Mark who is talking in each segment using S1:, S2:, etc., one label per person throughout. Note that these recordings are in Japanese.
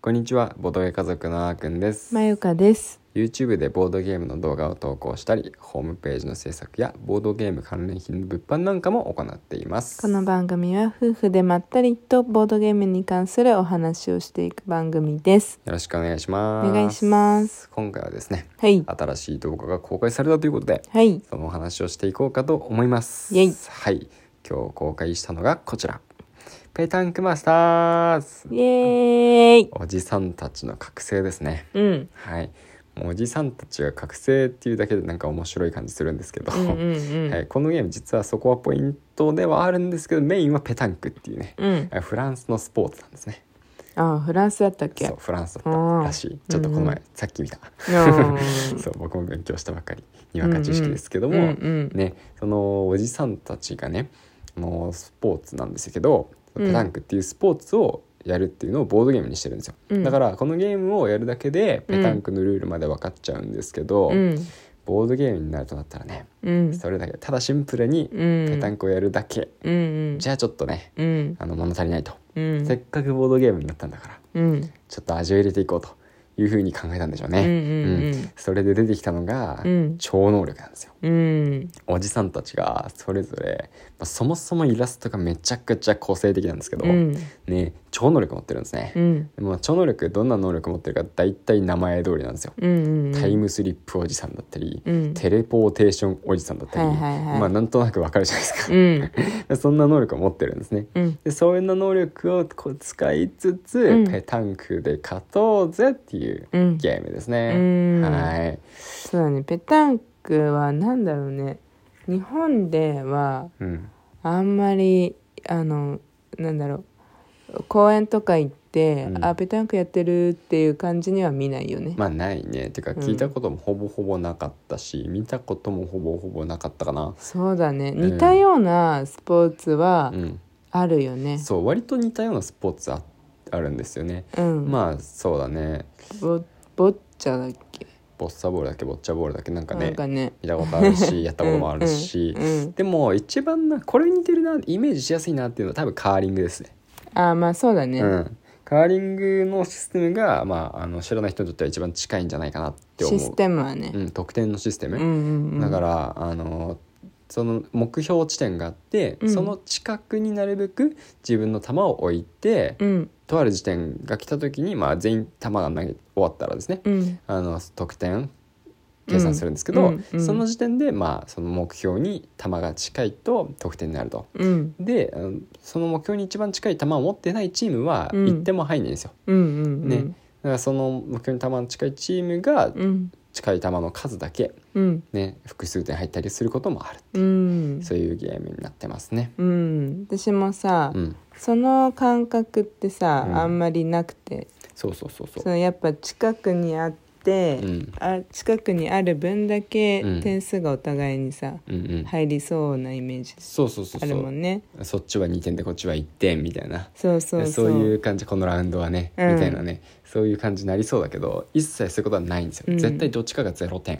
S1: こんにちはボードゲー家族のあーくんです
S2: まゆかです。
S1: YouTube でボードゲームの動画を投稿したりホームページの制作やボードゲーム関連品の物販なんかも行っています
S2: この番組は夫婦でまったりとボードゲームに関するお話をしていく番組です。
S1: よろしくお願いします
S2: お願いします。
S1: 今回はですね
S2: はい。
S1: 新しい動画が公開されたということで
S2: はい。
S1: そのお話をしていこうかと思います
S2: イェイ
S1: はい今日公開したのがこちらペタンクマスターズ
S2: イエーイ。
S1: おじさんたちの覚醒ですね
S2: うん。
S1: はいもうおじさんたちが覚醒っていうだけでなんか面白い感じするんですけど、
S2: うんうん
S1: はい、このゲーム実はそこはポイントではあるんですけどメインはペタンクっていうね
S2: うん。うん。
S1: フランスのスポーツなんですね
S2: ああ、フランスだったっけ
S1: そうフランスだったらしいちょっとこの前、さっき見た
S2: うん
S1: そう僕も勉強したばかりにわか知識ですけども、
S2: うんうん
S1: ねそのおじさんたちがねあのスポーツなんですけど
S2: うん
S1: ペタンクっていうスポーツをやるっていうのをボードゲームにしてるんですよ、
S2: うん
S1: だからこのゲームをやるだけで
S2: うん
S1: ペタンクのルールまで分かっちゃうんですけど、
S2: うん。
S1: ボードゲームになるとなったらね
S2: うん。
S1: それだけただシンプルに
S2: うん。
S1: ペタンクをやるだけ、
S2: うんうん。
S1: じゃあちょっとね
S2: うん。
S1: あの物足りないと、
S2: うん。
S1: せっかくボードゲームになったんだから
S2: うん。
S1: ちょっと味を入れていこうというふうに考えたんでしょうね、
S2: うんうんうん
S1: それで出てきたのが、
S2: うん
S1: 超能力なんですよ
S2: うん。
S1: おじさんたちがそれぞれ、まあ、そもそもイラストがめちゃくちゃ個性的なんですけど、
S2: うん。
S1: ね超能力持ってるんですね、
S2: うん。
S1: でも超能力どんな能力持ってるか大体名前通りなんですよ、
S2: うん。
S1: タイムスリップおじさんだったり、
S2: うん
S1: テレポーテーションおじさんだったり、
S2: はいはいはい
S1: まあなんとなくわかるじゃないですか
S2: う、ん。
S1: でそんな能力を持ってるんですね、
S2: うん。
S1: でそういうの能力をこう使いつつ、
S2: うん
S1: ペタンクで勝とうぜっていう
S2: うん
S1: ゲームですね、
S2: うん
S1: はい、
S2: そうだね。ペタンクはなんだろうね。日本では
S1: うん、
S2: あんまりあのなんだろう公園とか行っ
S1: う
S2: て、
S1: ん
S2: あペタンクやってるっていう感じには見ないよね。
S1: まあないねてか
S2: うん
S1: 聞いたこともほぼほぼなかったし、見たこともほぼほぼなかったかな
S2: そうだね。
S1: ん
S2: 似たようなスポーツは
S1: うん
S2: あるよね。
S1: そう割と似たようなスポーツああるんですよね
S2: うん。
S1: まあそうだね
S2: ボボッチャだっけ。
S1: ボッサボールだっけボッチャボールだっけなんか
S2: な
S1: ね
S2: んかね。
S1: 見たことある しやったこともあるし、
S2: うんうんうん
S1: でも一番なこれ似てるなイメージしやすいなっていうのは多分カーリングですね
S2: あまあそうだね。
S1: うん、カーリングのシステムが、まあ、あの知らない人にとっては一番近いんじゃないかなって思う
S2: システムはね。
S1: うん、得点のシステ
S2: う
S1: ム、
S2: んうんうん。
S1: だからあのその目標地点があって、
S2: うん
S1: その近くになるべく自分の球を置いて、
S2: うん
S1: とある時点が来た時に、まあ、全員球が投げ終わったらですね、
S2: うん
S1: あの得点計算するんですけど、
S2: うんうん
S1: その時点で、まあ、その目標に球が近いと得点になると。
S2: うん
S1: であのその目標に一番近い球を持ってないチームは
S2: うん
S1: 1点も入んないんですよ、
S2: うんうん
S1: ねだからその目標に球の近いチームが
S2: うん
S1: 近い球の数だけ、
S2: うん
S1: ね、複数点入ったりすることもある
S2: うん。
S1: そういうゲームになってますね。
S2: うん。私もさ。
S1: うん、
S2: その感覚ってさ、
S1: うん
S2: あんまりなくて
S1: そうそうそうそ。
S2: そうのやっぱ近くにあって、
S1: うん
S2: あ近くにある分だけ
S1: うん
S2: 点数がお互いにさ、
S1: うんうん。
S2: 入りそうなイメージ
S1: そうそうそう
S2: あ
S1: そ
S2: るも
S1: う。
S2: んね
S1: そっちは2点でこっちは1点みたいな。
S2: そうそうそう
S1: そういう感じこのラウンドはね、
S2: うん
S1: みたいなねそういう感じになりそうだけど一切そういうことはないんですよ、
S2: うん
S1: 絶対どっちかが0点、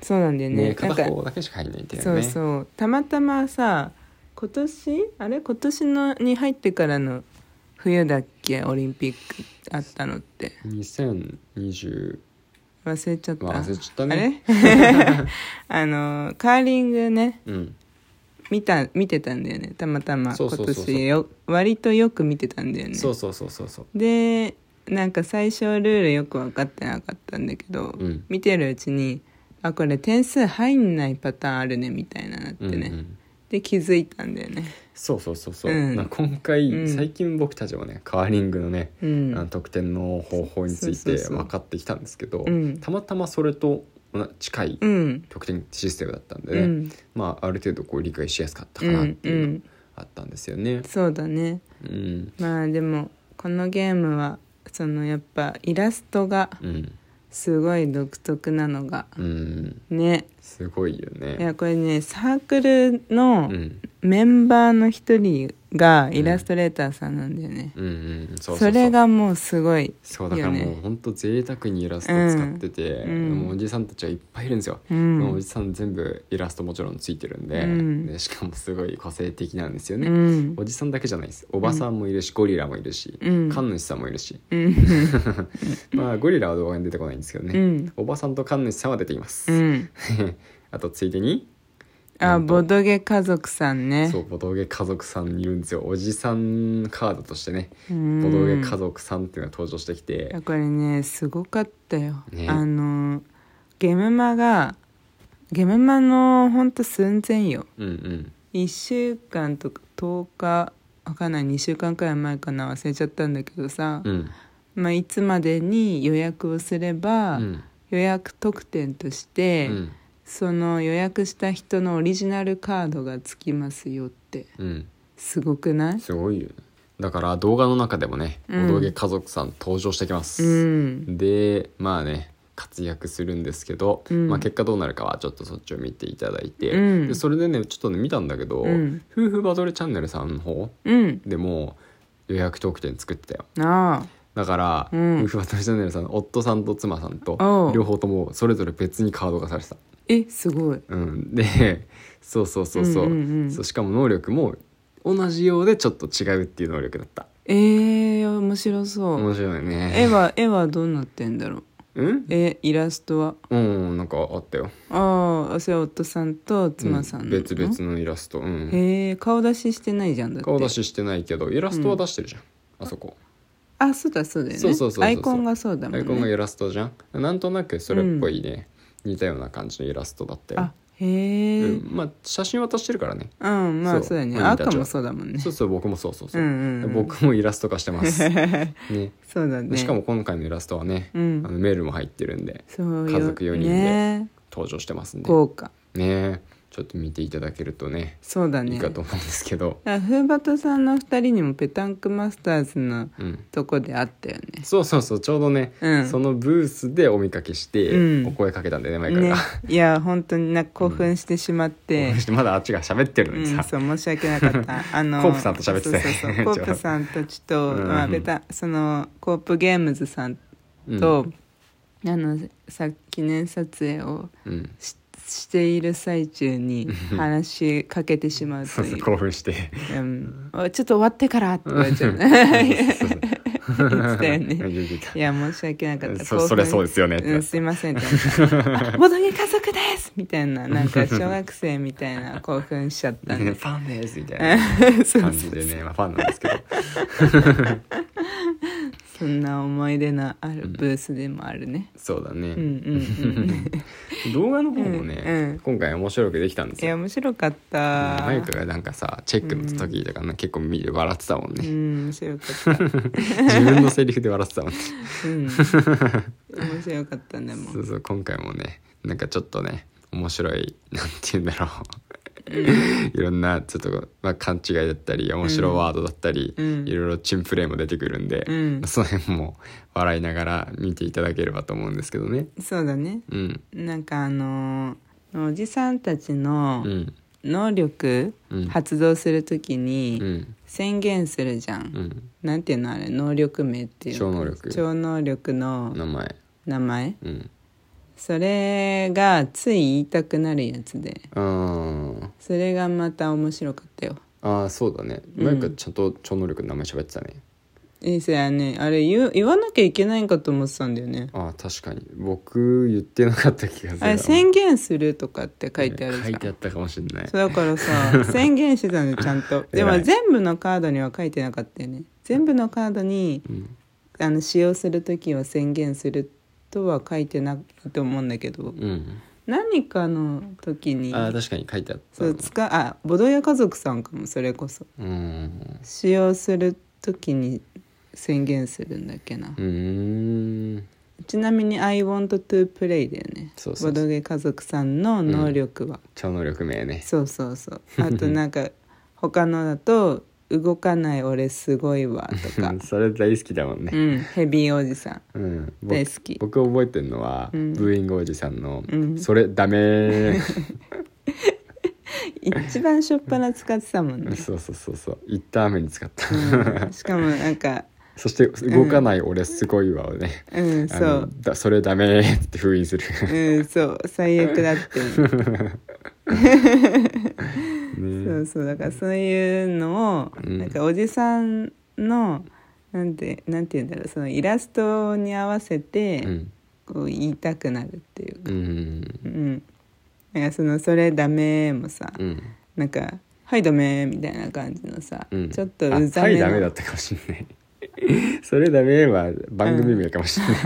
S2: そうなんだよね
S1: ね、
S2: なん
S1: 片
S2: か
S1: 方だけしか入んないっていうね
S2: そうそうたまたまさ今年あれ今年のに入ってからの冬だっけオリンピックあったのって
S1: 2020
S2: 忘れちゃった、
S1: まあ忘れちゃった
S2: あ
S1: ね
S2: れ あのカーリングね
S1: うん
S2: 見た見てたんだよねたまたま
S1: そう
S2: 今
S1: そうそうそう
S2: 年よ割とよく見てたんだよね
S1: そうそうそうそうそう
S2: でなんか最初ルールよく分かってなかったんだけど、
S1: うん
S2: 見てるうちにあこれ点数入んないパターンあるねみたいななってね、
S1: うんうん
S2: で気づいたんだよね
S1: そうそうそうそう、
S2: うん
S1: まあ今回、
S2: うん
S1: 最近僕たちもねカーリングのね、
S2: うん
S1: あの得点の方法につい
S2: そうそう
S1: て
S2: そう
S1: 分かってきたんですけど、
S2: うん
S1: たまたまそれと近い
S2: うん
S1: 得点システムだったんでね、
S2: うん
S1: まあある程度こう理解しやすかった
S2: う
S1: かなっ
S2: ん
S1: て
S2: う
S1: いうの
S2: ん
S1: があったんですよね。
S2: そうだね
S1: うん、
S2: まあでもこのゲームはそのやっぱイラストが
S1: うん、
S2: すごい独特なのが
S1: うん、
S2: ね
S1: すごいよ
S2: い
S1: ね。
S2: やこれねサークルの、
S1: うん、
S2: メンバーの一人がイラストレーターさんなんだよね、
S1: うんうんそうそう
S2: それがもうすごい
S1: そうだから
S2: いいよ
S1: もう
S2: ね
S1: ほんと贅沢にイラスト使ってて、
S2: うん
S1: もうおじさんたちがいっぱいいるんですよ、
S2: うん
S1: もうおじさん全部イラストもちろんついてるんで,、
S2: うん
S1: でしかもすごい個性的なんですよね、
S2: うん
S1: おじさんだけじゃないですおばさんもいるし、ゴリラもいるし、
S2: うん
S1: 神主さんもいるし、
S2: うん
S1: まあゴリラは動画に出てこないんですけどね、
S2: うん
S1: おばさんと神主さんは出てきます、
S2: うん
S1: あとついでにな
S2: あ
S1: んと
S2: ボドゲ家族さんね
S1: そうボドゲ家族さんいるんですよおじさんカードとしてね
S2: うん
S1: ボドゲ家族さんっていうのが登場してき
S2: い
S1: て
S2: やこれねすごかったよ、
S1: ね
S2: あのゲムマがゲムマのほんと寸前よ
S1: うんうん
S2: 1週間とか10日わかんない2週間くらい前かな忘れちゃったんだけどさ、
S1: うん
S2: まあ、いつまでに予約をすれば、
S1: うん
S2: 予約特典として、
S1: うん
S2: その予約した人のオリジナルカードがつきますよって
S1: うん
S2: すごくない
S1: すごいよねだから動画の中でもね
S2: うん
S1: ボドゲ家族さん登場してきま
S2: う
S1: す、
S2: ん
S1: でまあね活躍するんですけど、
S2: うん
S1: まあ、結果どうなるかはちょっとそっちを見ていただいて、
S2: うん
S1: でそれでねちょっとね見たんだけど、
S2: うん
S1: 夫婦バトルチャンネルさんの方
S2: うん
S1: でも予約特典作ってたよ
S2: あ
S1: だから、
S2: うん
S1: 夫婦バトルチャンネルさんの夫さんと妻さん
S2: お
S1: と
S2: う
S1: 両方ともそれぞれ別にカードがされてた、
S2: あえすごい
S1: うん、でそうそうそうそう,、
S2: うんうんうん
S1: そうしかも能力も同じようでちょっと違うっていう能力だった
S2: えー、面白そう、
S1: 面白いね
S2: 絵は絵はどうなってんだろう
S1: うん
S2: えイラストは
S1: うんなんかあったよ
S2: ああそれは夫さんと妻さんの、
S1: うん別々のイラスト、うん、
S2: へえ顔出ししてないじゃんだって
S1: 顔出ししてないけどイラストは出してるじゃん、あそこ
S2: あそうだそうだよね
S1: そうそうそうそう
S2: アイコンがそうだもんね
S1: アイコンがイラストじゃんなんとなくそれっぽいね、似たような感じのイラストだったよ
S2: あへえ、
S1: うん、まあ写真渡してるからね
S2: うん、ま
S1: そ
S2: あ
S1: う
S2: そうだよね
S1: 本人たちは
S2: 赤もそうだもんね
S1: そうそう僕もそうそうそう,、
S2: うんうんうん
S1: 僕もイラスト化してますね
S2: そうだ
S1: で
S2: ね
S1: しかも今回のイラストはね、
S2: うん
S1: あのメールも入ってるんで
S2: そうよ
S1: 家族四人で
S2: ね
S1: 登場してますんで
S2: 豪華
S1: ねちょっと見ていただけるとね
S2: そうだね
S1: いいかと思うんですけど、
S2: あフーバトさんの二人にもペタンクマスターズの
S1: うん、
S2: とこであったよね
S1: そうそうそうちょうどね、
S2: うん
S1: そのブースでお見かけして、
S2: うん
S1: お声かけたんでね前から
S2: ね
S1: が、
S2: いや本当になんか興奮してしま って、
S1: まだあっちが喋ってるのに
S2: うん、
S1: さ、
S2: そう申し訳なかった あの
S1: コープさんと喋ってたよ
S2: そうそうそうコープさんたちと、
S1: うん
S2: まあ、ベタそのコープゲームズさん
S1: うん
S2: と、あのさ記念撮影を
S1: うん
S2: ししている最中に話しかけてしまう
S1: そ
S2: と
S1: うそ
S2: いうう
S1: 興奮して
S2: うん、おちょっと終わってからって言われちゃう言ってたよね
S1: 言ってた
S2: いや申し訳なかった
S1: そそれそうですすよねって、
S2: うん、すいませんみたい な「あボドゲ家族です!」みたいななんか小学生みたい な興奮しちゃったん
S1: ね
S2: で
S1: ファンですみたいな
S2: 感
S1: 感じでね、まあ、ファンなんです けど
S2: そんな思い出のあるブースでもあるね、
S1: そうだ
S2: うん、
S1: ね、
S2: うん うん
S1: 動画の方もね、
S2: うんうん
S1: 今回面白くできたんで
S2: い
S1: す
S2: や
S1: よ
S2: 面白かった
S1: マイクがなんかさチェックの時とか、ね結構見て笑ってたもん
S2: う
S1: ね、
S2: ん面白かった、
S1: 自分のセリフで笑ってたもんね
S2: うん、面白かったねも
S1: そう
S2: う
S1: そう今回もねなんかちょっとね面白い なんて言うんだろういろんなちょっと、まあ、勘違いだったり面白ワードだったり、
S2: うん
S1: いろいろチンプレーも出てくるんで、
S2: うん
S1: その辺も笑いながら見ていただければと思うんですけどね
S2: そうだね
S1: うん
S2: なんかあのーおじさんたちの
S1: うん
S2: 能力
S1: うん
S2: 発動するとき
S1: う
S2: に
S1: ん
S2: 宣言するじゃん、
S1: うん
S2: なんていうのあれ能力名っていうの
S1: 超能力
S2: 超能力の
S1: 名前
S2: 名前
S1: うん
S2: それがつい言いたくなるやつで
S1: あー
S2: それがまた面白かったよ
S1: あーそうだね
S2: うん
S1: なんかちゃんと超能力の名前喋ってたね、
S2: えそれはねあれ言う言わなきゃいけないんかと思ってたんだよね
S1: ああ確かに僕言ってなかった気がする
S2: あれ宣言するとかって書いてあるじゃん、
S1: 書いてあったかもしれない
S2: そうだから さ宣言してたんでちゃんとで
S1: 偉
S2: も
S1: い
S2: 全部のカードには書いてなかったよね全部のカードに
S1: うん
S2: あの使用する時は宣言するとは書いてないと思うんだけど
S1: うん
S2: 何かの時に
S1: ああ確かに書いてあった
S2: そ
S1: な
S2: う使うあボドヤ家族さんかもそれこそ
S1: うん
S2: 使用する時に宣言するんだっけな、
S1: うーん
S2: ちなみに「I want to play」だよね
S1: そうそうそう
S2: ボドゲ家族さんの能力は、
S1: 超能力名ね
S2: そうそうそうあとなんか他のだと「動かない俺すごいわ」 とか
S1: うんそれ大好きだもん
S2: 「う
S1: ね、
S2: んヘビーおじさ
S1: う
S2: ん
S1: ん、僕
S2: 大好き
S1: 僕覚えてるのは、
S2: うん
S1: ブーイングおじさんの「
S2: うん
S1: それダメー」
S2: 一番しょっぱな使ってたもん ね、
S1: そうそうそうそう一旦雨に使った、
S2: うん、しかもなんか
S1: そして動かない俺すごいわをね、
S2: うんそ
S1: あの
S2: う
S1: だそれダメーって封印する
S2: うんそう最悪だって、そうそうだからそういうのを、
S1: うん
S2: なんかおじさんのなんてなんて言うんだろうそのイラストに合わせて、
S1: うん
S2: こう言いたくなるっていう
S1: う
S2: か、
S1: ん
S2: うん、なんかその「それダメ」もさ、
S1: うん
S2: なんか「はいダメ」みたいな感じのさ、
S1: うん
S2: ちょっと
S1: あ
S2: うざめ
S1: はいダ
S2: の、
S1: メだったかもしれない それダメは番組名かもし れない、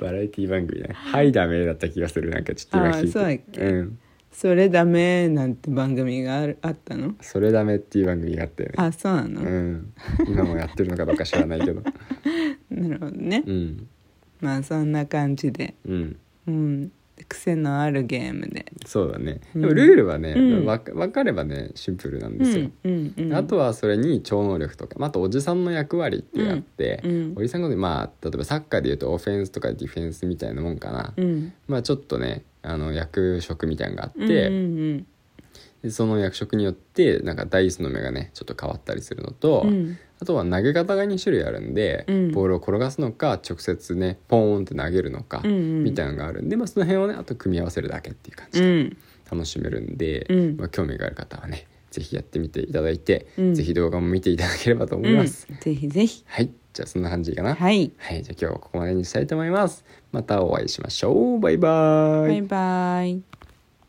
S1: バラエティ番組ねはいダメだった気がするなんかちょっと今聞いて
S2: あそうだっけ
S1: うん、
S2: それダメ」なんて番組があるあったの
S1: それダメっていう番組があったよね
S2: あそうなの、
S1: うん、今もやってるのかどうか知らない けど
S2: なるほどね、
S1: うん
S2: まあそんな感じで、
S1: うん
S2: うん、癖のあるゲームで。
S1: そうだね
S2: うん
S1: でもルールはね、
S2: うん
S1: わか分かればねシンプルなん
S2: う
S1: ですよ
S2: ん、うんうん、
S1: あとはそれに超能力とかまああとおじさんの役割っていうのがあって、
S2: うんうん
S1: おじさんのことまあ例えばサッカーでいうとオフェンスとかディフェンスみたいなもんかな、
S2: うん、
S1: まあちょっとねあの役職みたいなのがあって、
S2: うんうん
S1: でその役職によってなんかダイスの目がねちょっと変わったりするのと、
S2: うんうん
S1: あとは投げ方が2種類あるんで、
S2: うん
S1: ボールを転がすのか直接ねポーンって投げるのか、
S2: うんうん
S1: みたいなのがあるんで、まあ、その辺をねあと組み合わせるだけっていう感じ
S2: う
S1: で
S2: ん
S1: 楽しめるんで、
S2: うん
S1: まあ、興味がある方はね是非やってみていただいて、
S2: うん
S1: 是非動画も見ていただければと思い
S2: うん
S1: ます。
S2: ぜひぜひ
S1: はいじゃあそんな感じかな。い
S2: はい
S1: はい、じゃあ今日はここまでにしたいと思います。またお会いしましょう。バイバイ。
S2: バイバイ